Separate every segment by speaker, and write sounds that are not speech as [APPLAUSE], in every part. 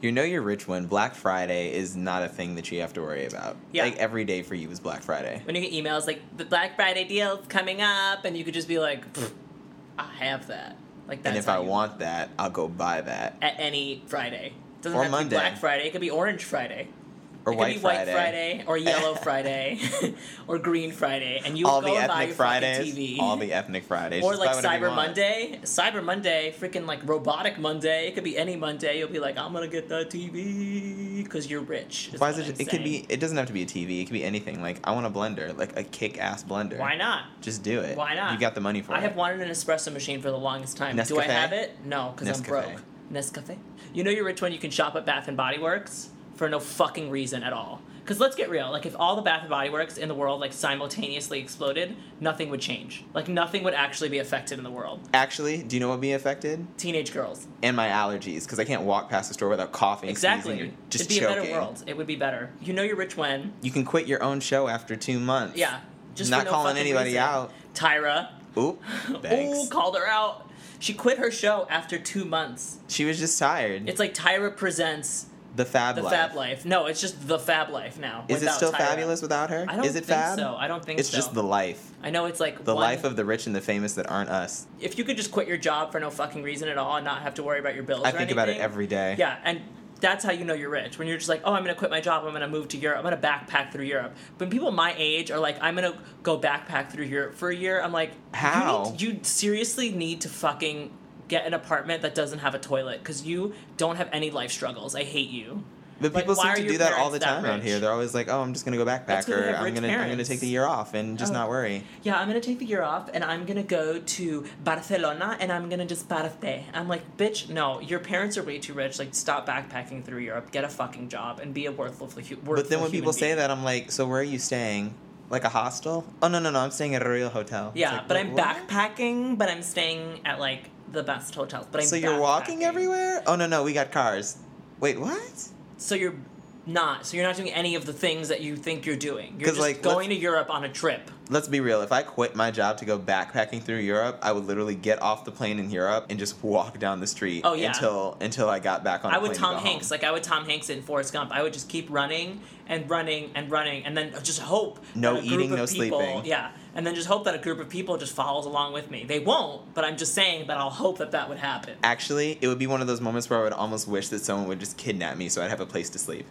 Speaker 1: you know you're rich when Black Friday is not a thing that you have to worry about.
Speaker 2: Yeah.
Speaker 1: Like every day for you is Black Friday.
Speaker 2: When you get emails like the Black Friday deal's coming up, and you could just be like, "Pfft, I have that. Like that's
Speaker 1: and if
Speaker 2: how
Speaker 1: I
Speaker 2: you-
Speaker 1: want that, I'll go buy that.
Speaker 2: at any Friday. Doesn't
Speaker 1: Or
Speaker 2: have to
Speaker 1: Monday.
Speaker 2: be Black Friday. It could be Orange Friday.
Speaker 1: Or
Speaker 2: it
Speaker 1: White
Speaker 2: could be
Speaker 1: Friday.
Speaker 2: White Friday
Speaker 1: [LAUGHS]
Speaker 2: or Yellow Friday [LAUGHS] or Green Friday, and you
Speaker 1: all
Speaker 2: go
Speaker 1: the
Speaker 2: and buy
Speaker 1: ethnic
Speaker 2: your
Speaker 1: Fridays.
Speaker 2: fucking TV.
Speaker 1: All the ethnic Fridays.
Speaker 2: or
Speaker 1: Just
Speaker 2: like
Speaker 1: buy whatever you
Speaker 2: Cyber
Speaker 1: want.
Speaker 2: Monday, Cyber Monday, freaking like robotic Monday. It could be any Monday. You'll be like, I'm gonna get that TV because you're rich.
Speaker 1: Why is
Speaker 2: what
Speaker 1: it?
Speaker 2: I'm
Speaker 1: It could be.
Speaker 2: saying.
Speaker 1: It doesn't have to be a TV. It could be anything. Like I want a blender, like a kick-ass blender.
Speaker 2: Why not?
Speaker 1: Just do it.
Speaker 2: Why not?
Speaker 1: You got the money for
Speaker 2: I
Speaker 1: it.
Speaker 2: have wanted an espresso machine for the longest time. Do I
Speaker 1: Nescafe?
Speaker 2: have it? No, because I'm
Speaker 1: Nescafe.
Speaker 2: broke. Nescafe. You know you're rich when you can shop at Bath and Body Works for no fucking reason at all. Because let's get real, like if all the Bath and Body Works in the world like simultaneously exploded, nothing would change. Like nothing would actually be affected in the world.
Speaker 1: Actually, do you know what be affected?
Speaker 2: Teenage girls.
Speaker 1: And my allergies, because I can't walk past the store without coughing.
Speaker 2: Exactly.
Speaker 1: sneezing, or just
Speaker 2: It'd be
Speaker 1: choking.
Speaker 2: a better world. It would be better. You know you're rich when.
Speaker 1: You can quit your own show after two months.
Speaker 2: Yeah. Just for
Speaker 1: not
Speaker 2: no
Speaker 1: calling
Speaker 2: fucking
Speaker 1: anybody
Speaker 2: reason.
Speaker 1: out.
Speaker 2: Tyra. [LAUGHS]
Speaker 1: Oop. Thanks.
Speaker 2: Ooh, called her out. She quit her show after two months.
Speaker 1: she was just tired.
Speaker 2: It's like Tyra presents
Speaker 1: the Fab
Speaker 2: the
Speaker 1: Life.
Speaker 2: Fab Life. No, it's just the Fab Life now.
Speaker 1: Is it
Speaker 2: without
Speaker 1: still
Speaker 2: Tyra.
Speaker 1: fabulous without her?
Speaker 2: I don't
Speaker 1: Is it
Speaker 2: think
Speaker 1: fab?
Speaker 2: so. I don't think
Speaker 1: It's
Speaker 2: so.
Speaker 1: just the life.
Speaker 2: I know it's like
Speaker 1: The
Speaker 2: one-
Speaker 1: life of the rich and the famous that aren't us.
Speaker 2: If you could just quit your job for no fucking reason at all and not have to worry about your bills.
Speaker 1: I
Speaker 2: or
Speaker 1: think about it
Speaker 2: anything,
Speaker 1: every day.
Speaker 2: Yeah, and that's how you know you're rich. When you're just like, oh, I'm gonna quit my job. I'm gonna move to Europe. I'm gonna backpack through Europe. When people my age are like, I'm gonna go backpack through Europe for a year. I'm like, you
Speaker 1: How?
Speaker 2: need- You, seriously need to fucking get an apartment that doesn't have a toilet because you don't have any life struggles. I hate you.
Speaker 1: But
Speaker 2: Like,
Speaker 1: people
Speaker 2: why are
Speaker 1: seem to
Speaker 2: your
Speaker 1: do that all the
Speaker 2: parents that
Speaker 1: time around
Speaker 2: rich?
Speaker 1: here. They're always like, "Oh, I'm just gonna go backpack,
Speaker 2: 'cause they
Speaker 1: or
Speaker 2: have
Speaker 1: I'm
Speaker 2: rich
Speaker 1: gonna I'm gonna take
Speaker 2: parents.
Speaker 1: the year off and just
Speaker 2: Oh.
Speaker 1: not worry."
Speaker 2: yeah, I'm gonna take the year off and I'm gonna go to Barcelona and I'm gonna just parte. I'm like, bitch, no, your parents are way too rich. Like, stop backpacking through Europe, get a fucking job, and be a worthless, hu- worthless
Speaker 1: But then when people
Speaker 2: human
Speaker 1: say
Speaker 2: being.
Speaker 1: that, I'm like, "So where are you staying? Like a hostel? Oh no no no, I'm staying at a real hotel." It's
Speaker 2: yeah,
Speaker 1: like,
Speaker 2: but
Speaker 1: "Wha-
Speaker 2: I'm
Speaker 1: what?"
Speaker 2: backpacking, but I'm staying at like the best hotels. But I'm
Speaker 1: So you're walking
Speaker 2: backpacking.
Speaker 1: everywhere? Oh no no, we got cars. Wait, what?
Speaker 2: So you're not. So you're not doing any of the things that you think you're doing. You're
Speaker 1: 'Cause,
Speaker 2: just
Speaker 1: like,
Speaker 2: going to Europe on a trip.
Speaker 1: Let's be real. If I quit my job to go backpacking through Europe, I would literally get off the plane in Europe and just walk down the street
Speaker 2: Oh, yeah.
Speaker 1: until until I got back on.
Speaker 2: I
Speaker 1: a
Speaker 2: would
Speaker 1: plane to
Speaker 2: Tom
Speaker 1: go
Speaker 2: Hanks,
Speaker 1: home.
Speaker 2: like I would Tom Hanks in Forrest Gump. I would just keep running and running and running, and then just hope
Speaker 1: No
Speaker 2: that a group
Speaker 1: eating,
Speaker 2: of
Speaker 1: no
Speaker 2: people,
Speaker 1: sleeping.
Speaker 2: Yeah, and then just hope that a group of people just follows along with me. They won't, but I'm just saying that I'll hope that that would happen. [LAUGHS]
Speaker 1: Actually, it would be one of those moments where I would almost wish that someone would just kidnap me so I'd have a place to
Speaker 2: [LAUGHS]
Speaker 1: sleep.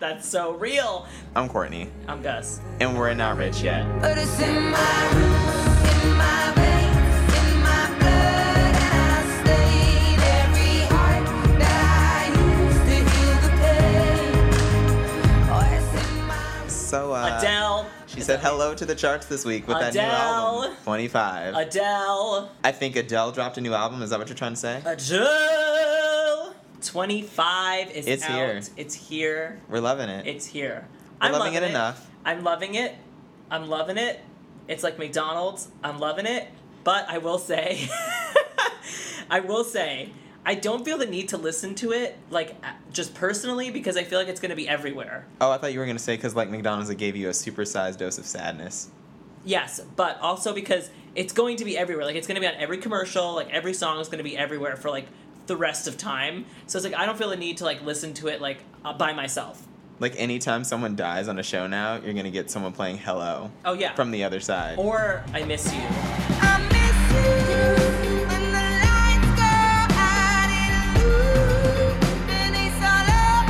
Speaker 2: That's so real.
Speaker 1: I'm Courtney,
Speaker 2: I'm Gus.
Speaker 1: and we're not rich yet.
Speaker 3: But it's in my roots, in my veins, in my blood, and I stayed every heart that I used to heal the pain. Oh, it's in my
Speaker 1: So uh,
Speaker 2: Adele.
Speaker 1: she said hello to the charts this week with that new
Speaker 2: Adele.
Speaker 1: album, 25.
Speaker 2: Adele.
Speaker 1: I think Adele dropped a new album. Is that what you're trying to say?
Speaker 2: Adele. Twenty five is
Speaker 1: It's
Speaker 2: out.
Speaker 1: here.
Speaker 2: It's here.
Speaker 1: We're loving it.
Speaker 2: It's here.
Speaker 1: We're loving it enough.
Speaker 2: I'm loving it. I'm loving it. It's like McDonald's. I'm loving it. But I will say, [LAUGHS] I will say, I don't feel the need to listen to it like uh, just personally because I feel like it's going to be everywhere.
Speaker 1: oh, I thought you were gonna say because like McDonald's, it gave you a supersized dose of sadness.
Speaker 2: Yes, but also because it's going to be everywhere. Like it's going to be on every commercial. Like every song is going to be everywhere for like the rest of time. So it's like I don't feel the need to like listen to it like uh, by myself.
Speaker 1: Like anytime someone dies on a show now, you're gonna get someone playing "Hello"
Speaker 2: Oh yeah.
Speaker 1: from the other side.
Speaker 2: or I miss you.
Speaker 3: I miss you when the lights go out in blue, and it's all of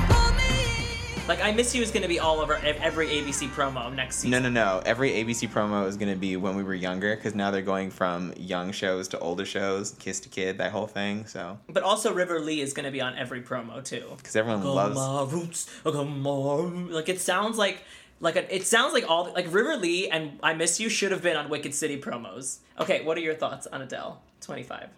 Speaker 3: my doubts pull me in.
Speaker 2: Like I miss you is going to be all over ev- every ABC promo next season.
Speaker 1: no, no, no. Every ABC promo is going to be when we were younger because now they're going from young shows to older shows, kiss to kid, that whole thing. So,
Speaker 2: But also River Lee is going to be on every promo too.
Speaker 1: because everyone loves.
Speaker 2: my roots, I got my roots. like it sounds like like a, it sounds like all like River Lee and I Miss You should have been on Wicked City promos. Okay, what are your thoughts on Adele? Twenty five.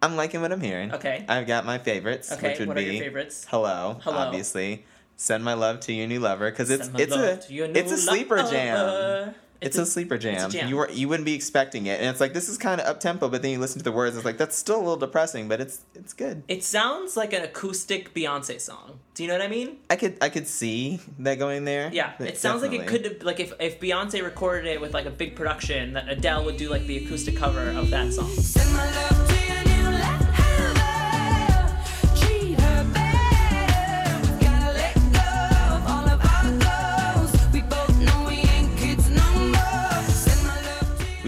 Speaker 1: I'm liking what I'm hearing.
Speaker 2: Okay.
Speaker 1: I've got my favorites,
Speaker 2: Okay,
Speaker 1: which would
Speaker 2: what are
Speaker 1: be
Speaker 2: your favorites?
Speaker 1: Hello,
Speaker 2: Hello.
Speaker 1: obviously. Send my love to your new lover because it's
Speaker 2: Send my
Speaker 1: it's a
Speaker 2: love to your new
Speaker 1: it's a sleeper jam.
Speaker 2: lover.
Speaker 1: It's a sleeper jam.
Speaker 2: jam.
Speaker 1: You were you wouldn't be expecting it, and it's like this is kind of up tempo, but then you listen to the words, it's like that's still a little depressing, but it's it's good.
Speaker 2: It sounds like an acoustic Beyonce song. Do you know what I mean?
Speaker 1: I could I could see that going there.
Speaker 2: Yeah, it sounds like it
Speaker 1: Definitely.
Speaker 2: could have like if if Beyonce recorded it with like a big production that Adele would do like the acoustic cover of that song.
Speaker 3: Send my love to your new lover.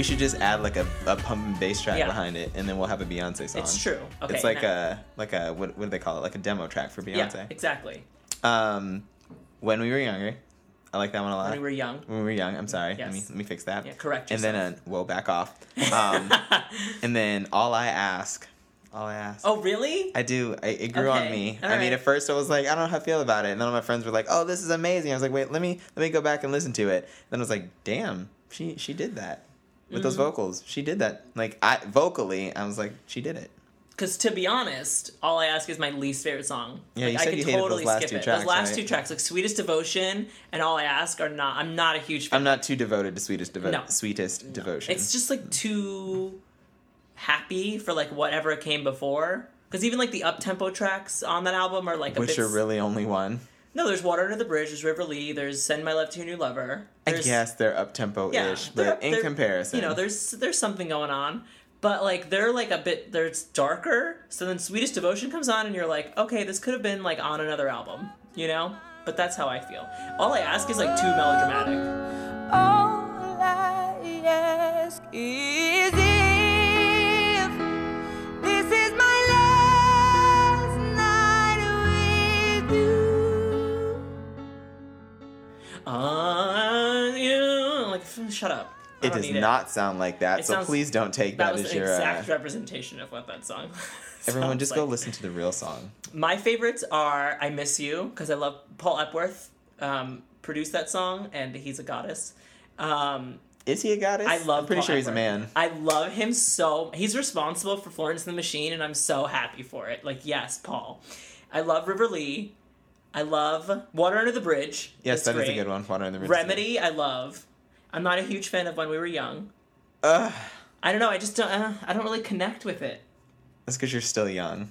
Speaker 1: should just add like a, a pump and bass track
Speaker 2: Yeah.
Speaker 1: behind it, and then we'll have a Beyonce song.
Speaker 2: It's true. Okay,
Speaker 1: it's like
Speaker 2: now-
Speaker 1: a like a what, what do they call it? Like a demo track for
Speaker 2: Yeah,
Speaker 1: Beyonce.
Speaker 2: exactly.
Speaker 1: Um, when we were younger, I like that one a lot.
Speaker 2: When we were young.
Speaker 1: When we were young, I'm sorry. Let me
Speaker 2: Yes.
Speaker 1: let me fix that.
Speaker 2: Yeah, correct
Speaker 1: And then uh, well, back
Speaker 2: [LAUGHS]
Speaker 1: off. Um, and then all I ask, all I ask.
Speaker 2: oh, really?
Speaker 1: I do. I, it grew on
Speaker 2: Okay,
Speaker 1: me.
Speaker 2: all
Speaker 1: I mean,
Speaker 2: right.
Speaker 1: at first I was like, I don't know how I feel about it, and then all my friends were like, Oh, this is amazing. I was like, Wait, let me let me go back and listen to it. Then I was like, Damn, she she did that with
Speaker 2: Mm.
Speaker 1: those vocals. She did that. Like I vocally, I was like, She did it.
Speaker 2: Because to be honest, all I ask is my least favorite song.
Speaker 1: Yeah,
Speaker 2: like,
Speaker 1: you
Speaker 2: I
Speaker 1: said
Speaker 2: could
Speaker 1: you hated those
Speaker 2: totally
Speaker 1: last
Speaker 2: skip
Speaker 1: two
Speaker 2: it.
Speaker 1: tracks,
Speaker 2: those last
Speaker 1: right?
Speaker 2: two tracks, like "Sweetest Devotion" and "All I Ask," are not. I'm not a huge fan.
Speaker 1: I'm not too devoted to sweetest devo-
Speaker 2: No.
Speaker 1: sweetest devotion.
Speaker 2: It's just like too happy for like whatever came before. Because even like the up tempo tracks on that album are like a
Speaker 1: which
Speaker 2: bit.
Speaker 1: are really only one.
Speaker 2: no, there's "Water Under the Bridge," there's "River Lee," there's "Send My Love to Your New Lover."
Speaker 1: I
Speaker 2: there's-
Speaker 1: guess they're up tempo
Speaker 2: yeah,
Speaker 1: ish,
Speaker 2: they're-
Speaker 1: but in
Speaker 2: they're-
Speaker 1: comparison,
Speaker 2: you know, there's there's something going on. But like they're like a bit they're it's darker. So then Sweetest Devotion comes on and you're like, okay, this could have been like on another album, you know? But that's how I feel. All I ask is like too melodramatic.
Speaker 3: All I ask is if this is my last night with you.
Speaker 2: On you I'm like "F- shut up. I
Speaker 1: it
Speaker 2: don't
Speaker 1: does
Speaker 2: need
Speaker 1: not sound like that.
Speaker 2: It
Speaker 1: so
Speaker 2: sounds-
Speaker 1: please don't take
Speaker 2: That
Speaker 1: that,
Speaker 2: was
Speaker 1: as
Speaker 2: an
Speaker 1: your. Uh,
Speaker 2: exact representation of what that song. [LAUGHS]
Speaker 1: everyone,
Speaker 2: sounds
Speaker 1: just go
Speaker 2: like.
Speaker 1: listen to the real song.
Speaker 2: My favorites are "I Miss You" because I love Paul Epworth um, produced that song and he's a goddess. Um,
Speaker 1: Is he a goddess?
Speaker 2: I love.
Speaker 1: I'm pretty
Speaker 2: Paul
Speaker 1: sure he's a
Speaker 2: Epworth.
Speaker 1: man.
Speaker 2: I love him so. He's responsible for Florence and the Machine, and I'm so happy for it. Like, yes, Paul. I love River Lee. I love Water Under the Bridge.
Speaker 1: Yes,
Speaker 2: It's
Speaker 1: that is
Speaker 2: great.
Speaker 1: a good one. Water in the Ridge.
Speaker 2: Remedy, I love. I'm not a huge fan of When We Were Young.
Speaker 1: Ugh,
Speaker 2: I don't know. I just don't. Uh, I don't really connect with it.
Speaker 1: that's because you're still young.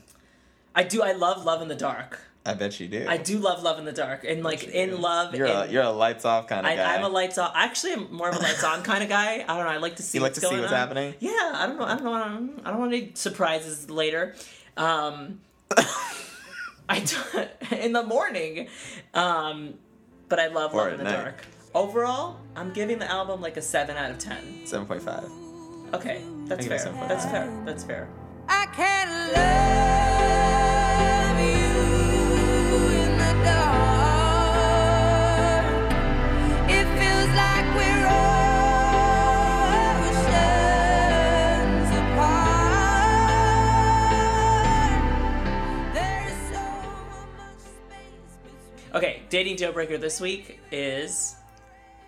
Speaker 2: I do. I love Love in the Dark.
Speaker 1: I bet you do.
Speaker 2: I do love Love in the Dark, and like in love.
Speaker 1: You're a,
Speaker 2: and-
Speaker 1: you're a lights off kind of
Speaker 2: I,
Speaker 1: guy.
Speaker 2: I'm a lights on. Actually, I'm more of a lights on kind of guy. I don't know. I like to see.
Speaker 1: You like
Speaker 2: what's
Speaker 1: to see
Speaker 2: going
Speaker 1: what's
Speaker 2: on.
Speaker 1: happening?
Speaker 2: Yeah, I don't know. I don't know. I don't, I don't want any surprises later.
Speaker 1: [LAUGHS]
Speaker 2: Um, I don't, in the morning, um, but I love
Speaker 1: Or
Speaker 2: Love
Speaker 1: at
Speaker 2: in the
Speaker 1: night.
Speaker 2: Dark. Overall, I'm giving the album like a seven out of ten.
Speaker 1: Seven point five.
Speaker 2: Okay, that's
Speaker 1: give it
Speaker 2: fair.
Speaker 1: a 7.5.
Speaker 2: That's fair. That's fair.
Speaker 3: I can't love you in the dark. It feels like we're oceans apart. There's so much space between.
Speaker 2: Okay, dating deal breaker this week is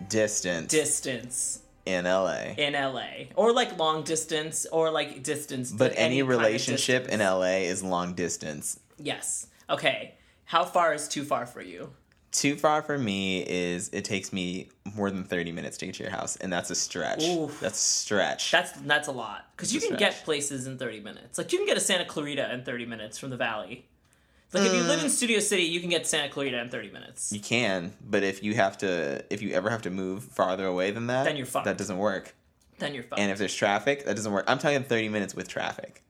Speaker 1: Distance
Speaker 2: distance
Speaker 1: in LA.
Speaker 2: in LA, or like long distance, or like distance.
Speaker 1: But any,
Speaker 2: any kind of
Speaker 1: relationship in
Speaker 2: distance.
Speaker 1: LA is long distance.
Speaker 2: Yes. Okay. How far is too far for you?
Speaker 1: Too far for me is it takes me more than 30 minutes to get to your house, and that's a stretch.
Speaker 2: Oof.
Speaker 1: That's a stretch.
Speaker 2: That's that's a lot because you
Speaker 1: That's
Speaker 2: can
Speaker 1: right.
Speaker 2: get places in thirty minutes. Like you can get to Santa Clarita in thirty minutes from the Valley. Like if you live
Speaker 1: Uh.
Speaker 2: in Studio City, you can get to Santa Clarita in thirty minutes.
Speaker 1: you can, but if you have to, if you ever have to move farther away than that,
Speaker 2: Then you're fucked.
Speaker 1: That doesn't work.
Speaker 2: Then you're fucked.
Speaker 1: And if there's traffic, that doesn't work. I'm talking 30 minutes with traffic.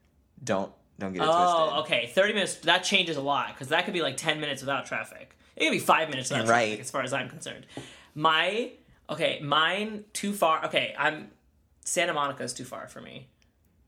Speaker 1: Don't don't get it twisted.
Speaker 2: oh, okay. Thirty minutes. That changes a lot because that could be like ten minutes without traffic. It could be five minutes without
Speaker 1: Right.
Speaker 2: traffic, as far as I'm concerned. My okay, mine too far. Okay, I'm Santa Monica's too far for me.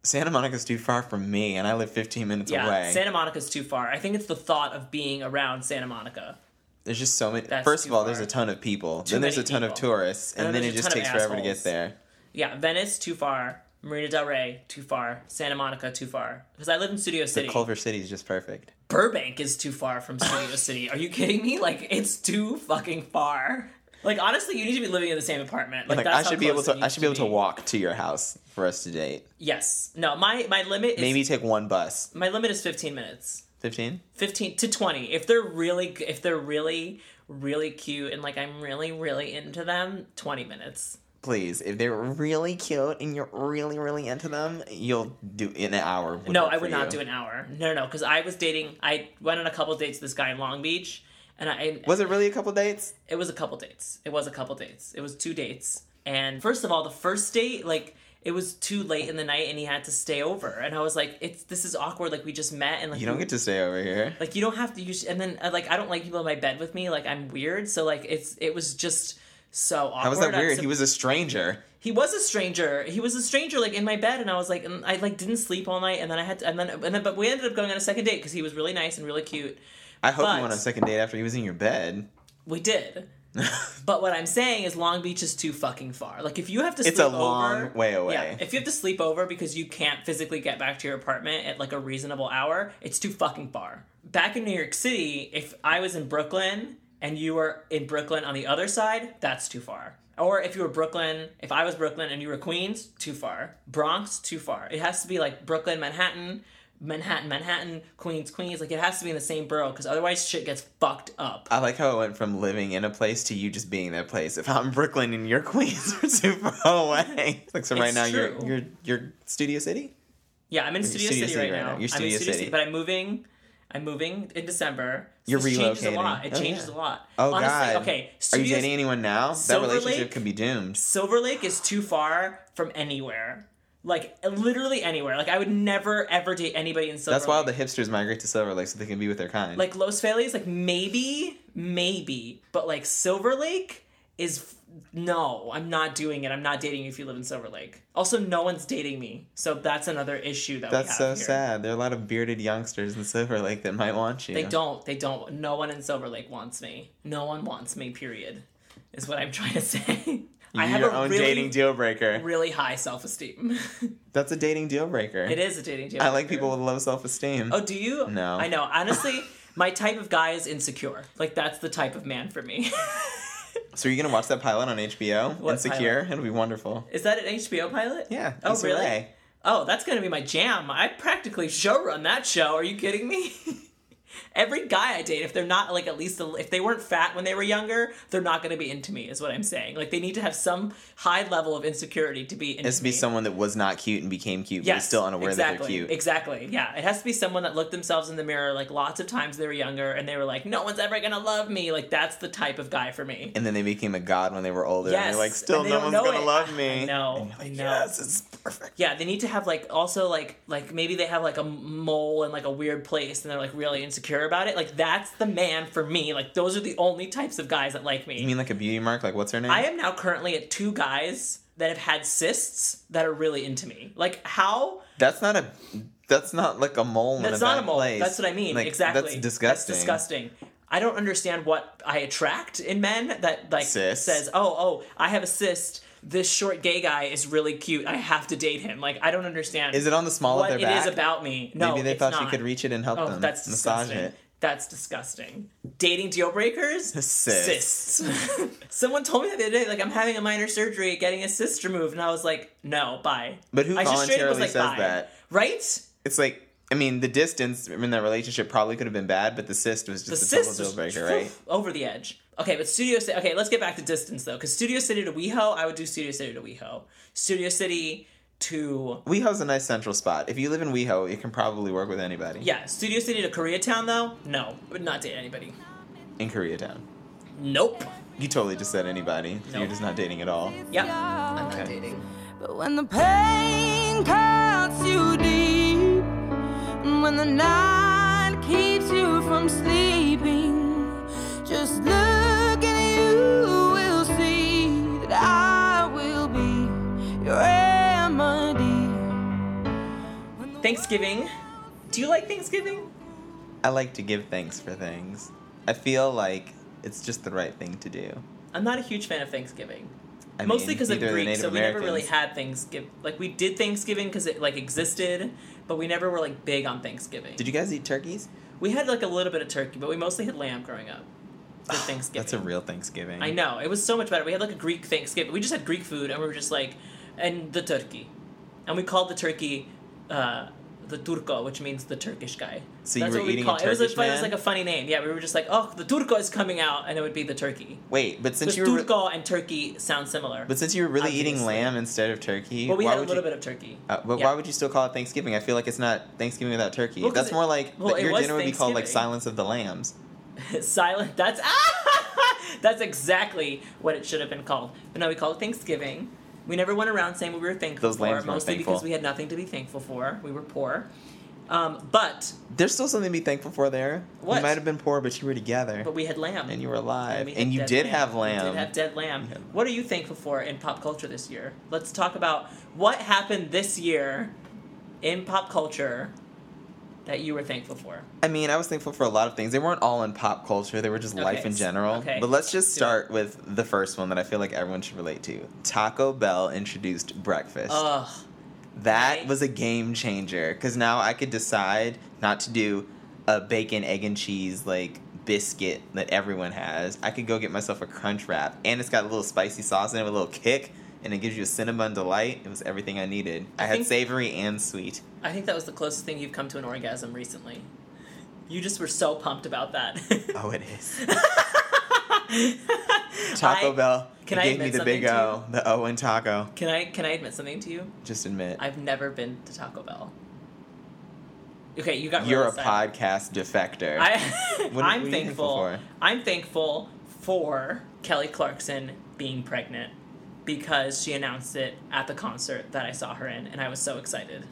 Speaker 1: Santa Monica's too far from me, and I live 15 minutes
Speaker 2: Yeah,
Speaker 1: away.
Speaker 2: Santa Monica's too far. I think it's the thought of being around Santa Monica.
Speaker 1: there's just so many.
Speaker 2: That's
Speaker 1: First
Speaker 2: too
Speaker 1: of all, there's
Speaker 2: far.
Speaker 1: a ton of people. then there's a
Speaker 2: many
Speaker 1: ton of
Speaker 2: people.
Speaker 1: tourists, and,
Speaker 2: And
Speaker 1: then,
Speaker 2: then
Speaker 1: it
Speaker 2: there's
Speaker 1: just
Speaker 2: a ton
Speaker 1: takes
Speaker 2: of
Speaker 1: forever to get
Speaker 2: assholes.
Speaker 1: there.
Speaker 2: Yeah, Venice too far, Marina Del Rey too far, Santa Monica too far. Because I live in Studio City.
Speaker 1: Culver City is just perfect.
Speaker 2: Burbank is too far from Studio City. Are you kidding me? Like it's too fucking far. Like honestly, you need to be living in the same apartment. Like,
Speaker 1: Like
Speaker 2: that's
Speaker 1: I
Speaker 2: how
Speaker 1: should be able
Speaker 2: close
Speaker 1: to.
Speaker 2: it
Speaker 1: I
Speaker 2: needs
Speaker 1: should be able to
Speaker 2: be.
Speaker 1: walk to your house for us to date.
Speaker 2: Yes. No. My my limit is
Speaker 1: Maybe take one bus.
Speaker 2: my limit is fifteen minutes.
Speaker 1: 15?
Speaker 2: 15 to 20 if they're really if they're really really cute and like i'm really really into them 20 minutes
Speaker 1: Please. If they're really cute and you're really, really into them, you'll do in an hour. would
Speaker 2: No,
Speaker 1: work
Speaker 2: I
Speaker 1: for
Speaker 2: would not
Speaker 1: you.
Speaker 2: do an hour. No, no, because I was dating. I went on a couple dates with this guy in Long Beach, and I
Speaker 1: Was it really a couple dates?
Speaker 2: it was a couple dates. It was a couple dates. It was two dates. And first of all, the first date, like it was too late in the night, and he had to stay over. And I was like, it's this is awkward. Like we just met, and like
Speaker 1: You don't get to stay over here.
Speaker 2: like you don't have to use. And then uh, like I don't like people in my bed with me. Like I'm weird, so like it's it was just so awkward.
Speaker 1: How was that
Speaker 2: I'm
Speaker 1: weird?
Speaker 2: sup-
Speaker 1: He was a stranger.
Speaker 2: he was a stranger. He was a stranger, like in my bed, and I was like, and I like didn't sleep all night, and then I had to, and then and then, but we ended up going on a second date because he was really nice and really cute.
Speaker 1: I hope
Speaker 2: But-
Speaker 1: you went on a second date after he was in your bed. [LAUGHS]
Speaker 2: We did. But what I'm saying is Long Beach is too fucking far. Like if you have to sleep
Speaker 1: It's a long
Speaker 2: over-
Speaker 1: way away.
Speaker 2: Yeah, if you have to sleep over because you can't physically get back to your apartment at like a reasonable hour, it's too fucking far. Back in New York City, if I was in Brooklyn and you were in Brooklyn on the other side, that's too far. Or if you were Brooklyn, if I was Brooklyn and you were Queens, too far. Bronx, too far. It has to be like Brooklyn, Manhattan, Manhattan, Manhattan, Queens, Queens. Like it has to be in the same borough because otherwise shit gets fucked up.
Speaker 1: I like how it went from living in a place to you just being that place. If I'm Brooklyn and you're [LAUGHS] Queens, we're too far away. Like so, right
Speaker 2: It's
Speaker 1: now
Speaker 2: true.
Speaker 1: you're you're you're Studio City.
Speaker 2: Yeah, I'm in
Speaker 1: You're
Speaker 2: Studio,
Speaker 1: Studio
Speaker 2: City,
Speaker 1: City
Speaker 2: right
Speaker 1: right now.
Speaker 2: now.
Speaker 1: You're Studio
Speaker 2: I'm in Studio
Speaker 1: City.
Speaker 2: City, but I'm moving. I'm moving in December. So
Speaker 1: You're
Speaker 2: this Changes a lot.
Speaker 1: relocating.
Speaker 2: It
Speaker 1: Oh,
Speaker 2: changes
Speaker 1: yeah.
Speaker 2: a lot.
Speaker 1: Oh
Speaker 2: Honestly,
Speaker 1: God.
Speaker 2: Okay.
Speaker 1: Are you
Speaker 2: Studio
Speaker 1: dating anyone now? That
Speaker 2: Silver
Speaker 1: relationship
Speaker 2: Lake?
Speaker 1: could be doomed.
Speaker 2: Silver Lake is too far from anywhere. Like literally anywhere. Like I would never ever date anybody in Silver.
Speaker 1: That's why all
Speaker 2: Lake.
Speaker 1: the hipsters migrate to Silver Lake so they can be with their kind.
Speaker 2: like Los Feliz, like maybe, maybe, but like Silver Lake is f- no. I'm not doing it. I'm not dating you if you live in Silver Lake. Also, no one's dating me, so that's another issue that
Speaker 1: that's
Speaker 2: we
Speaker 1: so
Speaker 2: have here.
Speaker 1: sad. There are a lot of bearded youngsters in Silver Lake that might want you.
Speaker 2: They don't. They don't. No one in Silver Lake wants me. No one wants me. Period, is what I'm [LAUGHS] trying to say. I
Speaker 1: You're
Speaker 2: have
Speaker 1: your
Speaker 2: a
Speaker 1: own
Speaker 2: really,
Speaker 1: dating deal breaker.
Speaker 2: really high self esteem.
Speaker 1: That's a dating deal breaker.
Speaker 2: [LAUGHS] it is a dating deal.
Speaker 1: I like
Speaker 2: breaker.
Speaker 1: people with low self esteem.
Speaker 2: Oh, do you?
Speaker 1: No.
Speaker 2: I know. Honestly, [LAUGHS] my type of guy is insecure. Like that's the type of man for me. [LAUGHS]
Speaker 1: So are you gonna watch that pilot on HBO?
Speaker 2: What
Speaker 1: Insecure. It'll be wonderful.
Speaker 2: is that an HBO pilot?
Speaker 1: Yeah.
Speaker 2: Oh
Speaker 1: Issa
Speaker 2: really?
Speaker 1: Rae.
Speaker 2: Oh, that's gonna be my jam. I practically show run that show. Are you kidding me? [LAUGHS] Every guy I date, if they're not like at least a, if they weren't fat when they were younger, they're not going to be into me. Is what I'm saying. Like they need to have some high level of insecurity to be into
Speaker 1: It has to be
Speaker 2: me.
Speaker 1: someone that was not cute and became cute, but
Speaker 2: Yes,
Speaker 1: is still unaware
Speaker 2: exactly,
Speaker 1: that they're cute.
Speaker 2: Exactly. Yeah, it has to be someone that looked themselves in the mirror like lots of times they were younger, and they were like, "No one's ever gonna love me." Like that's the type of guy for me.
Speaker 1: And then they became a god when they were older. and
Speaker 2: Yes,
Speaker 1: they're like, still
Speaker 2: and they
Speaker 1: no one's
Speaker 2: don't know
Speaker 1: gonna
Speaker 2: it.
Speaker 1: love
Speaker 2: I
Speaker 1: me.
Speaker 2: know,
Speaker 1: And you're like,
Speaker 2: I know.
Speaker 1: Yes, it's perfect.
Speaker 2: Yeah, they need to have like also like like maybe they have like a mole in like a weird place and they're like really insecure about it. Like that's the man for me. Like those are the only types of guys that like me.
Speaker 1: You mean like a beauty mark? Like what's her name?
Speaker 2: I am now currently at two guys that have had cysts that are really into me. Like how
Speaker 1: that's not a that's not like a mole in a
Speaker 2: that's not
Speaker 1: bad
Speaker 2: a mole.
Speaker 1: place.
Speaker 2: That's what I mean.
Speaker 1: Like,
Speaker 2: exactly.
Speaker 1: That's disgusting.
Speaker 2: That's disgusting. I don't understand what I attract in men that like
Speaker 1: Cysts.
Speaker 2: says, "Oh, oh, I have a cyst. This short gay guy is really cute. I have to date him." Like I don't understand.
Speaker 1: Is it on the small
Speaker 2: what
Speaker 1: of
Speaker 2: it
Speaker 1: their back?
Speaker 2: is about me. No,
Speaker 1: Maybe they
Speaker 2: it's
Speaker 1: thought
Speaker 2: not.
Speaker 1: you could reach it and help
Speaker 2: Oh,
Speaker 1: them.
Speaker 2: that's
Speaker 1: massage
Speaker 2: disgusting.
Speaker 1: it.
Speaker 2: That's disgusting. Dating deal breakers?
Speaker 1: Cysts.
Speaker 2: Cysts. [LAUGHS] Someone told me that the other day, like, I'm having a minor surgery, getting a cyst removed, and I was like, no, bye.
Speaker 1: But who
Speaker 2: I just straight up
Speaker 1: voluntarily
Speaker 2: was like,
Speaker 1: says
Speaker 2: bye.
Speaker 1: that?
Speaker 2: Right?
Speaker 1: It's like I mean, the distance in that relationship probably could have been bad, but the cyst was
Speaker 2: The
Speaker 1: just a total
Speaker 2: cyst
Speaker 1: deal
Speaker 2: was
Speaker 1: breaker, right?
Speaker 2: over the edge. Okay, but Studio City. Okay, let's get back to distance though, because Studio City to WeHo, I would do Studio City to WeHo. Studio City to
Speaker 1: WeHo's a nice central spot. If you live in WeHo, it can probably work with anybody.
Speaker 2: yeah, Studio City to Koreatown though. No, would not date anybody.
Speaker 1: In Koreatown.
Speaker 2: Nope.
Speaker 1: You totally just said anybody. so You're
Speaker 2: Nope.
Speaker 1: just not dating at all.
Speaker 2: Yep. I'm not
Speaker 1: Okay.
Speaker 2: dating.
Speaker 3: But when the pain cuts you deep, and when the night keeps you from sleeping, just look and you will see that I will be your remedy. When the
Speaker 2: Thanksgiving. Do you like Thanksgiving?
Speaker 1: I like to give thanks for things. I feel like it's just the right thing to do.
Speaker 2: I'm not a huge fan of Thanksgiving.
Speaker 1: I
Speaker 2: Mostly
Speaker 1: mean,
Speaker 2: because of
Speaker 1: neither are the
Speaker 2: Greek,
Speaker 1: Native
Speaker 2: so we never really
Speaker 1: Americans.
Speaker 2: had Thanksgiving. Like we did Thanksgiving because it like existed, but we never were like big on Thanksgiving.
Speaker 1: Did you guys eat turkeys?
Speaker 2: we had like a little bit of turkey, but we mostly had lamb growing up for Thanksgiving.
Speaker 1: Ah, That's a real Thanksgiving.
Speaker 2: I know it was so much better. We had like a Greek Thanksgiving. We just had Greek food, and we were just like, and the turkey, and we called the turkey. Uh, the turco, which means the Turkish guy.
Speaker 1: So you were eating a
Speaker 2: it. It was,
Speaker 1: Turkish
Speaker 2: like, it was
Speaker 1: man?
Speaker 2: like a funny name. Yeah, we were just like, oh, the turco is coming out, and it would be the turkey.
Speaker 1: Wait, but since
Speaker 2: Because
Speaker 1: you were,
Speaker 2: turco and turkey sound similar.
Speaker 1: but since you were really eating
Speaker 2: Obviously.
Speaker 1: lamb instead of turkey,
Speaker 2: Well, we
Speaker 1: why
Speaker 2: had a
Speaker 1: would
Speaker 2: little
Speaker 1: you,
Speaker 2: bit of turkey.
Speaker 1: Uh, but
Speaker 2: Yeah.
Speaker 1: why would you still call it Thanksgiving? I feel like it's not Thanksgiving without turkey.
Speaker 2: Well, 'cause
Speaker 1: That's
Speaker 2: it-
Speaker 1: more like
Speaker 2: well,
Speaker 1: the-
Speaker 2: it
Speaker 1: your
Speaker 2: was
Speaker 1: dinner would be called like
Speaker 2: Thanksgiving.
Speaker 1: Silence of the Lambs.
Speaker 2: [LAUGHS] silent? That's that's exactly what it should have been called. But no, we called it Thanksgiving. We never went around saying what we were thankful
Speaker 1: Those
Speaker 2: for,
Speaker 1: lambs weren't
Speaker 2: mostly
Speaker 1: thankful.
Speaker 2: because we had nothing to be thankful for. We were poor, Um, but
Speaker 1: There's still something to be thankful for there.
Speaker 2: What?
Speaker 1: You might have been poor, but you were together.
Speaker 2: but we had lamb,
Speaker 1: and you were alive.
Speaker 2: we
Speaker 1: And,
Speaker 2: had
Speaker 1: you
Speaker 2: dead
Speaker 1: did have
Speaker 2: We
Speaker 1: lamb.
Speaker 2: did have dead lamb.
Speaker 1: Yeah.
Speaker 2: What are you thankful for in pop culture this year? Let's talk about what happened this year in pop culture that you were thankful for.
Speaker 1: I mean, I was thankful for a lot of things. They weren't all in pop culture, they were just
Speaker 2: Okay,
Speaker 1: life in
Speaker 2: s-
Speaker 1: general.
Speaker 2: okay,
Speaker 1: But let's just
Speaker 2: do it.
Speaker 1: start with the first one that I feel like everyone should relate to Taco Bell introduced breakfast.
Speaker 2: Ugh.
Speaker 1: That
Speaker 2: Right.
Speaker 1: was a game changer because now I could decide not to do a bacon, egg, and cheese like biscuit that everyone has. I could go get myself a crunch wrap, and it's got a little spicy sauce in it with a little kick, and it gives you a cinnamon delight. It was everything I needed. I,
Speaker 2: I
Speaker 1: had
Speaker 2: think-
Speaker 1: savory and sweet.
Speaker 2: I think that was the closest thing you've come to an orgasm recently. You just were so pumped about that. [LAUGHS]
Speaker 1: Oh, it is. Taco
Speaker 2: Taco
Speaker 1: Bell.
Speaker 2: can
Speaker 1: it
Speaker 2: I
Speaker 1: gave me
Speaker 2: admit
Speaker 1: the
Speaker 2: something
Speaker 1: big
Speaker 2: to you?
Speaker 1: O, the O and taco.
Speaker 2: Can I can I admit something to you?
Speaker 1: Just admit.
Speaker 2: I've never been to Taco Bell. Okay, you got.
Speaker 1: You're
Speaker 2: really
Speaker 1: a
Speaker 2: silent.
Speaker 1: podcast defector.
Speaker 2: I,
Speaker 1: [LAUGHS] What are- what are
Speaker 2: I'm
Speaker 1: you
Speaker 2: thankful.
Speaker 1: thankful for?
Speaker 2: I'm thankful for Kelly Clarkson being pregnant because she announced it at the concert that I saw her in, and I was so excited.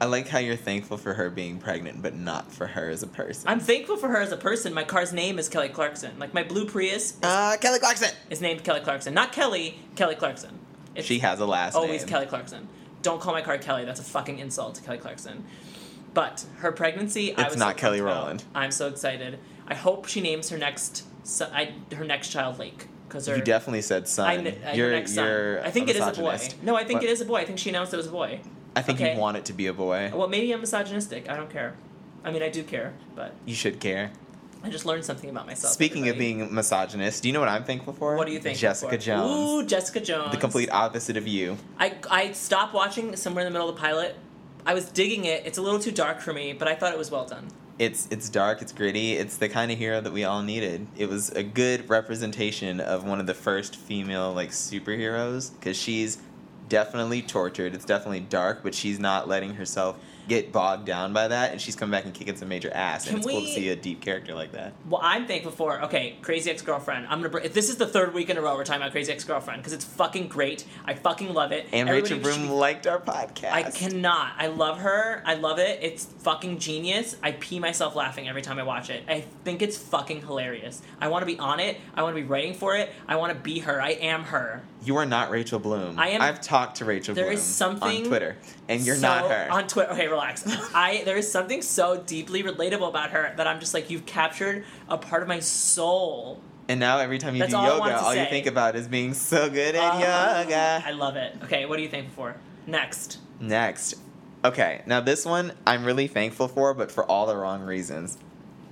Speaker 1: I like how you're thankful for her being pregnant, but not for her as a person.
Speaker 2: I'm thankful for her as a person. My car's name is Kelly Clarkson. Like my blue Prius
Speaker 1: uh, Kelly Clarkson.
Speaker 2: is named Kelly Clarkson, not Kelly. Kelly Clarkson. It's
Speaker 1: She has a last name.
Speaker 2: always Kelly Clarkson. Don't call my car Kelly. That's a fucking insult to Kelly Clarkson. But her pregnancy, I
Speaker 1: It's
Speaker 2: was
Speaker 1: not
Speaker 2: so
Speaker 1: Kelly
Speaker 2: pumped about.
Speaker 1: Rowland.
Speaker 2: I'm so excited. I hope she names her next so, I, her next child Lake because her
Speaker 1: You definitely said son.
Speaker 2: I, kn- uh, her
Speaker 1: you're,
Speaker 2: next
Speaker 1: you're
Speaker 2: son. I think it is a boy.
Speaker 1: misogynist.
Speaker 2: No, I think
Speaker 1: What?
Speaker 2: it is a boy. I think she announced it was a boy.
Speaker 1: I think
Speaker 2: okay.
Speaker 1: you want it to be a boy.
Speaker 2: Well, maybe I'm misogynistic. I don't care. I mean, I do care, but
Speaker 1: You should care.
Speaker 2: I just learned something about myself.
Speaker 1: Speaking of
Speaker 2: everybody.
Speaker 1: being misogynist, do you know what I'm thankful for?
Speaker 2: what do you think?
Speaker 1: Jessica Jones.
Speaker 2: Ooh, Jessica Jones.
Speaker 1: The complete opposite of you.
Speaker 2: I, I stopped watching somewhere in the middle of the pilot. I was digging it. It's a little too dark for me, but I thought it was well done.
Speaker 1: It's it's dark, it's gritty, it's the kind of hero that we all needed. It was a good representation of one of the first female like superheroes cuz she's definitely tortured. It's definitely dark, but she's not letting herself get bogged down by that and she's coming back and kicking some major ass
Speaker 2: Can
Speaker 1: and it's cool
Speaker 2: we-
Speaker 1: to see a deep character like that.
Speaker 2: Well, I'm thankful for okay, Crazy Ex-Girlfriend. I'm gonna. Br- this is the third week in a row we're talking about Crazy Ex-Girlfriend because it's fucking great. I fucking love it.
Speaker 1: And
Speaker 2: Everybody
Speaker 1: Rachel
Speaker 2: should
Speaker 1: Broom
Speaker 2: be-
Speaker 1: liked our podcast.
Speaker 2: I cannot. I love her. I love it. It's fucking genius. I pee myself laughing every time I watch it. I think it's fucking hilarious. I want to be on it. I want to be writing for it. I want to be her. I am her.
Speaker 1: You are not Rachel Bloom.
Speaker 2: I am-
Speaker 1: I've talked to Rachel
Speaker 2: There
Speaker 1: Bloom
Speaker 2: is something
Speaker 1: on Twitter, and you're
Speaker 2: so-
Speaker 1: not her.
Speaker 2: on Twitter. Okay, relax. I there is something so deeply relatable about her that I'm just like you've captured a part of my soul.
Speaker 1: and now every time you do
Speaker 2: That's all I
Speaker 1: yoga,
Speaker 2: wanted to
Speaker 1: all you
Speaker 2: say.
Speaker 1: think about is being so good at
Speaker 2: Ah, I
Speaker 1: yoga.
Speaker 2: love it. Okay, what are you thankful for? Next.
Speaker 1: Next. Okay, now this one I'm really thankful for, but for all the wrong reasons.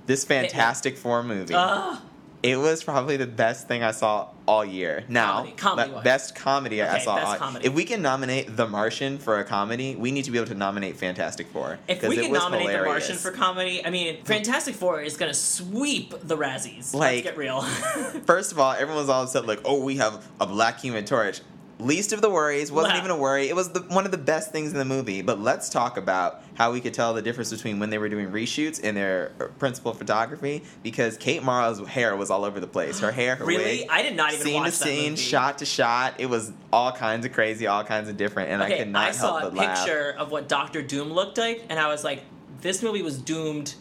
Speaker 1: This Fantastic Four movie.
Speaker 2: Ugh.
Speaker 1: it was probably the best thing I saw all year. Now,
Speaker 2: Comedy- comedy
Speaker 1: the
Speaker 2: wise.
Speaker 1: best comedy I
Speaker 2: Okay,
Speaker 1: saw.
Speaker 2: best
Speaker 1: all,
Speaker 2: comedy.
Speaker 1: If we can nominate The Martian for a comedy, we need to be able to nominate Fantastic Four.
Speaker 2: If
Speaker 1: 'cause
Speaker 2: we
Speaker 1: it
Speaker 2: can
Speaker 1: was
Speaker 2: nominate The Martian
Speaker 1: hilarious.
Speaker 2: for comedy, I mean, Fantastic Four is gonna sweep the Razzies.
Speaker 1: Like-
Speaker 2: Let's get real. [LAUGHS]
Speaker 1: First of all, everyone's all upset, like, oh, we have a black human torch. Least of the worries. Wasn't
Speaker 2: Wow.
Speaker 1: even a worry. It was the, one of the best things in the movie. But let's talk about how we could tell the difference between when they were doing reshoots and their uh, principal photography because Kate Mara's hair was all over the place. Her hair, her
Speaker 2: really,
Speaker 1: wig,
Speaker 2: I did not even
Speaker 1: scene
Speaker 2: watch
Speaker 1: to scene,
Speaker 2: that movie.
Speaker 1: shot to shot. It was all kinds of crazy, all kinds of different, and I
Speaker 2: Okay,
Speaker 1: could not
Speaker 2: I saw
Speaker 1: help
Speaker 2: a
Speaker 1: but laugh.
Speaker 2: picture of what Doctor Doom looked like, and I was like, this movie was doomed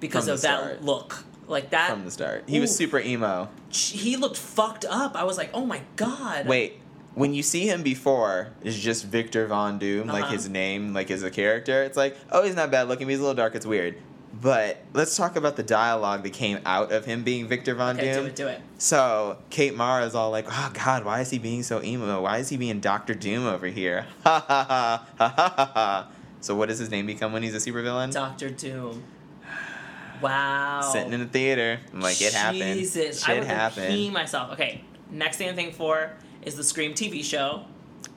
Speaker 2: because
Speaker 1: From
Speaker 2: of
Speaker 1: the
Speaker 2: that
Speaker 1: start.
Speaker 2: look. Like that,
Speaker 1: From the start, he was
Speaker 2: Ooh.
Speaker 1: super emo.
Speaker 2: he looked fucked up. I was like, oh my god.
Speaker 1: Wait, when you see him before, it's just Victor Von Doom, like
Speaker 2: Uh-huh.
Speaker 1: his name, like as a character. It's like, oh, he's not bad looking, but he's a little dark, it's weird. But let's talk about the dialogue that came out of him being Victor Von
Speaker 2: Okay,
Speaker 1: Doom.
Speaker 2: do it, do it.
Speaker 1: So Kate Mara is all like, "Oh God, why is he being so emo? Why is he being Doctor Doom over here?" [LAUGHS] Ha ha ha ha ha ha. ha. So what does his name become when he's a supervillain?
Speaker 2: Doctor Doom. Wow.
Speaker 1: Sitting in the theater, I'm like, "It happened.
Speaker 2: Jesus, I
Speaker 1: Shit
Speaker 2: would pee
Speaker 1: happened."
Speaker 2: myself. Okay, next thing I'm thinking for is the Scream TV show.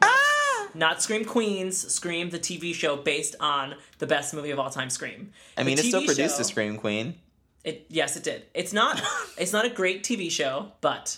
Speaker 1: Ah!
Speaker 2: Not Scream Queens, Scream the TV show based on the best movie of all time, Scream.
Speaker 1: I
Speaker 2: The
Speaker 1: mean, it still
Speaker 2: TV
Speaker 1: produced
Speaker 2: show-
Speaker 1: a Scream Queen.
Speaker 2: It yes, it did.
Speaker 1: [LAUGHS]
Speaker 2: It's not it's not a great TV show, but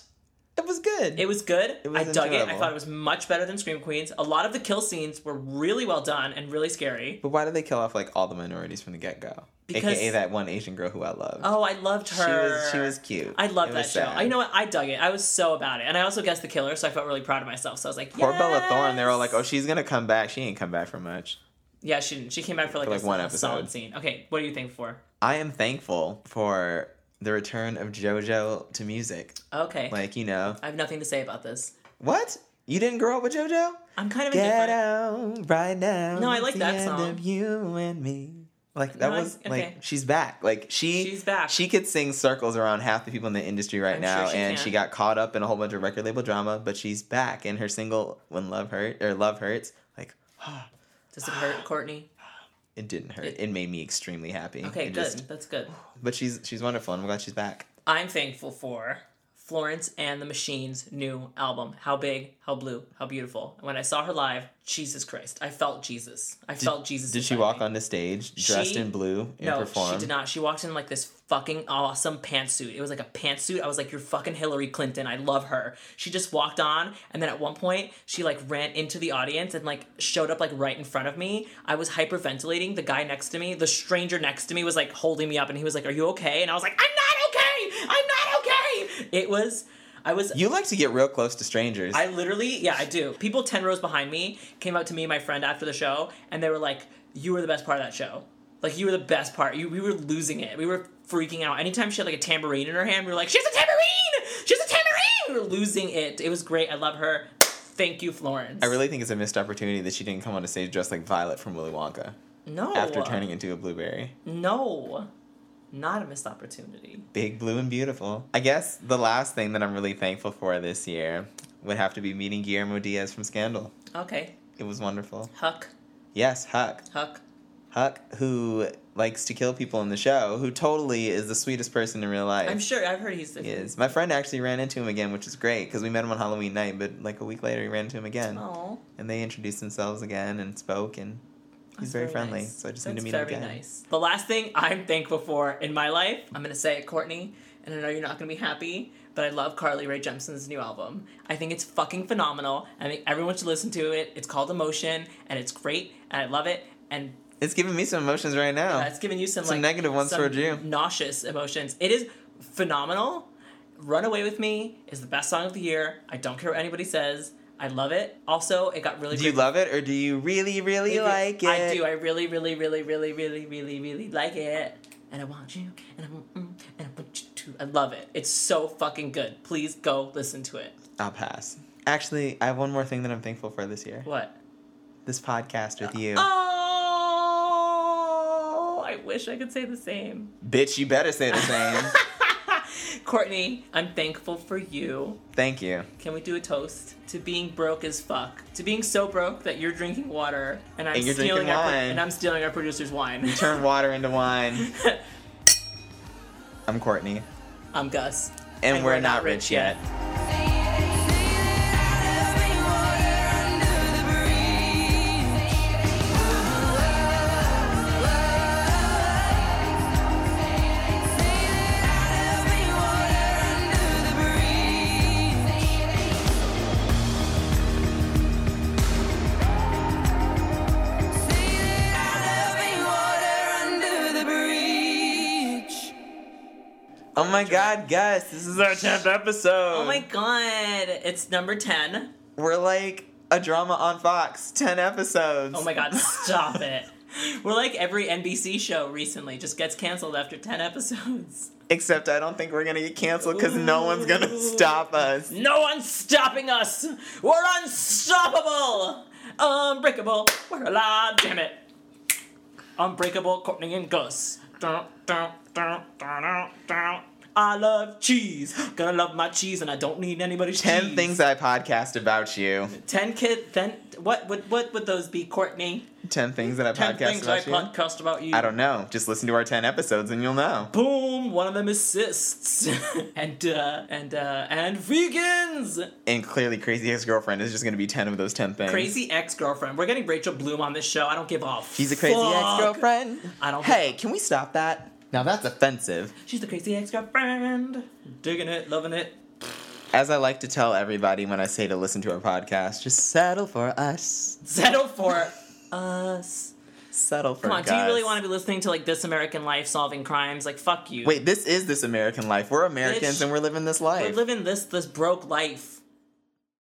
Speaker 1: It was good.
Speaker 2: it was good.
Speaker 1: It was
Speaker 2: I dug it. I
Speaker 1: enjoyable.
Speaker 2: thought it was much better than Scream Queens. A lot of the kill scenes were really well done and really scary.
Speaker 1: But why did they kill off like all the minorities from the get go?
Speaker 2: Because-
Speaker 1: AKA that one Asian girl who I love.
Speaker 2: Oh, I loved
Speaker 1: she
Speaker 2: her.
Speaker 1: was she was cute.
Speaker 2: I love
Speaker 1: It
Speaker 2: that
Speaker 1: was
Speaker 2: show.
Speaker 1: sad.
Speaker 2: I you know what I dug it. I was so about it, and I also guessed the killer, so I felt really proud of myself. So I was like,
Speaker 1: Poor Bella
Speaker 2: yes!
Speaker 1: oh, Thorne. They were all like, "Oh, she's gonna come back. She ain't come back for much."
Speaker 2: Yeah, she didn't. She came back for like,
Speaker 1: For, like,
Speaker 2: a,
Speaker 1: one
Speaker 2: a solid
Speaker 1: episode.
Speaker 2: scene. Okay, what are you thankful for?
Speaker 1: I am thankful for the return of JoJo to music.
Speaker 2: Okay,
Speaker 1: Like, you know,
Speaker 2: I have nothing to say about this.
Speaker 1: what? You didn't grow up with JoJo?
Speaker 2: I'm kind [LAUGHS] of
Speaker 1: Get
Speaker 2: indifferent.
Speaker 1: out right now.
Speaker 2: No, I
Speaker 1: it's
Speaker 2: like
Speaker 1: the
Speaker 2: that
Speaker 1: end
Speaker 2: song.
Speaker 1: Of you and me. Like that
Speaker 2: No, I-
Speaker 1: was
Speaker 2: okay.
Speaker 1: like she's back. Like she
Speaker 2: She's back.
Speaker 1: She could sing circles around half the people in the industry right
Speaker 2: I'm
Speaker 1: now,
Speaker 2: sure she
Speaker 1: and
Speaker 2: can.
Speaker 1: she got caught up in a whole bunch of record label drama. But she's back, and her single "When Love Hurt" or "Love Hurts" like
Speaker 2: Does it hurt, Courtney?
Speaker 1: it didn't hurt. It,
Speaker 2: It-
Speaker 1: made me extremely happy.
Speaker 2: Okay,
Speaker 1: It
Speaker 2: good.
Speaker 1: just-
Speaker 2: That's good.
Speaker 1: but she's she's wonderful, and I'm glad she's back.
Speaker 2: I'm thankful for Florence and the Machine's new album. How big, how blue, how beautiful. When I saw her live, Jesus Christ, I felt Jesus. I felt Jesus.
Speaker 1: Did she
Speaker 2: inside
Speaker 1: walk
Speaker 2: me.
Speaker 1: onto stage dressed
Speaker 2: She-
Speaker 1: in blue and
Speaker 2: No,
Speaker 1: perform?
Speaker 2: she did not. She walked in like this fucking awesome pantsuit. It was like a pantsuit. I was like, "You're fucking Hillary Clinton. I love her." She just walked on, and then at one point, she like ran into the audience and like showed up like right in front of me. I was hyperventilating. The guy next to me, the stranger next to me, was like holding me up, and he was like, "Are you okay?" And I was like, "I'm not okay. I'm not okay." It was. I was
Speaker 1: You like to get real close to strangers.
Speaker 2: I literally, yeah, I do. People 10 rows behind me came up to me and my friend after the show, and they were like, You were the best part of that show. Like, you were the best part. You, we were losing it. We were freaking out. Anytime she had like a tambourine in her hand, we were like, She has a tambourine! She has a tambourine! We were losing it. It was great. I love her. Thank you, Florence.
Speaker 1: I really think it's a missed opportunity that she didn't come on stage dressed like Violet from Willy Wonka.
Speaker 2: No.
Speaker 1: after turning into a blueberry.
Speaker 2: No. Not a missed opportunity.
Speaker 1: Big, blue, and beautiful. I guess the last thing that I'm really thankful for this year would have to be meeting Guillermo Diaz from Scandal.
Speaker 2: Okay.
Speaker 1: It was wonderful.
Speaker 2: Huck.
Speaker 1: Yes, Huck.
Speaker 2: Huck.
Speaker 1: Huck, who likes to kill people in the show, who totally is the sweetest person in real life.
Speaker 2: I'm sure. I've heard he's the.
Speaker 1: He is. My friend actually ran into him again, which is great because we met him on Halloween night, but like a week later, he ran into him again.
Speaker 2: Oh.
Speaker 1: And they introduced themselves again and spoke, and he's
Speaker 2: That's
Speaker 1: very, friendly.
Speaker 2: nice.
Speaker 1: So I just
Speaker 2: That's
Speaker 1: need to meet
Speaker 2: very
Speaker 1: him again.
Speaker 2: nice. The last thing I'm thankful for in my life, I'm gonna say it, Courtney, and I know you're not gonna be happy, but I love Carly Rae Jepsen's new album. I think it's fucking phenomenal. I think everyone should listen to it. It's called Emotion, and it's great, and I love it. And
Speaker 1: It's giving me some emotions right now.
Speaker 2: that's giving you some,
Speaker 1: Oh, Some
Speaker 2: like,
Speaker 1: negative ones
Speaker 2: some
Speaker 1: toward you.
Speaker 2: nauseous emotions. It is phenomenal. Run Away with Me is the best song of the year. I don't care what anybody says. I love it. Also, it got really
Speaker 1: Do you
Speaker 2: great-
Speaker 1: love it or do you really, really like it?
Speaker 2: I do. I really, really, really, really, really, really, really like it. And I want you, and I want, mm, and I want you to. I love it. It's so fucking good. Please go listen to it.
Speaker 1: I'll pass. Actually, I have one more thing that I'm thankful for this year.
Speaker 2: What?
Speaker 1: This podcast with you.
Speaker 2: Uh, Oh, I wish I could say the same. [LAUGHS]
Speaker 1: Bitch, you better say the same.
Speaker 2: Courtney, I'm thankful for you.
Speaker 1: Thank you.
Speaker 2: Can we do a toast to being broke as fuck? To being so broke that you're drinking water and I'm
Speaker 1: And you're
Speaker 2: stealing
Speaker 1: drinking
Speaker 2: our
Speaker 1: wine.
Speaker 2: and I'm stealing our producer's wine.
Speaker 1: Turn water into wine. I'm Courtney.
Speaker 2: [LAUGHS] I'm Gus.
Speaker 1: And, we're, not, rich yet. Oh my god, Gus, this is our
Speaker 2: [LAUGHS]
Speaker 1: 10th episode.
Speaker 2: Oh my god, it's number 10.
Speaker 1: We're like a drama on Fox. 10 episodes.
Speaker 2: Oh my god, [LAUGHS] stop it. We're like every NBC show recently just gets canceled after 10 episodes.
Speaker 1: Except I don't think we're gonna get canceled because no one's gonna
Speaker 2: Ooh.
Speaker 1: stop us.
Speaker 2: No one's stopping us! We're unstoppable! Unbreakable, we're alive, damn it. Unbreakable, Courtney and Gus. Dun, dun, dun, dun, dun, dun. I love cheese. Gonna love my cheese, and I don't need anybody's
Speaker 1: 10
Speaker 2: cheese.
Speaker 1: things I podcast about you.
Speaker 2: Ten kid. Ten. What would what would those be, Courtney?
Speaker 1: 10 things that I
Speaker 2: Ten
Speaker 1: podcast
Speaker 2: things I
Speaker 1: about you.
Speaker 2: podcast about you.
Speaker 1: I don't know. Just listen to our 10 episodes and you'll know.
Speaker 2: boom one of them assists [LAUGHS] and uh and uh and vegans
Speaker 1: And clearly, Crazy Ex Girlfriend is just going to be 10 of those 10 things.
Speaker 2: crazy ex-girlfriend we're getting rachel bloom on this show i don't give off
Speaker 1: She's a crazy ex girlfriend.
Speaker 2: I don't
Speaker 1: Hey, can we stop that? Now that's offensive.
Speaker 2: she's the crazy ex-girlfriend digging it loving it
Speaker 1: As I like to tell everybody when I say to listen to our podcast, just settle for us.
Speaker 2: settle for us
Speaker 1: Settle for
Speaker 2: come on
Speaker 1: us.
Speaker 2: do you really want to be listening to like this american life solving crimes like fuck you
Speaker 1: Wait, this is this American life. We're Americans
Speaker 2: Bitch.
Speaker 1: and we're living this
Speaker 2: we're
Speaker 1: life.
Speaker 2: living this this broke life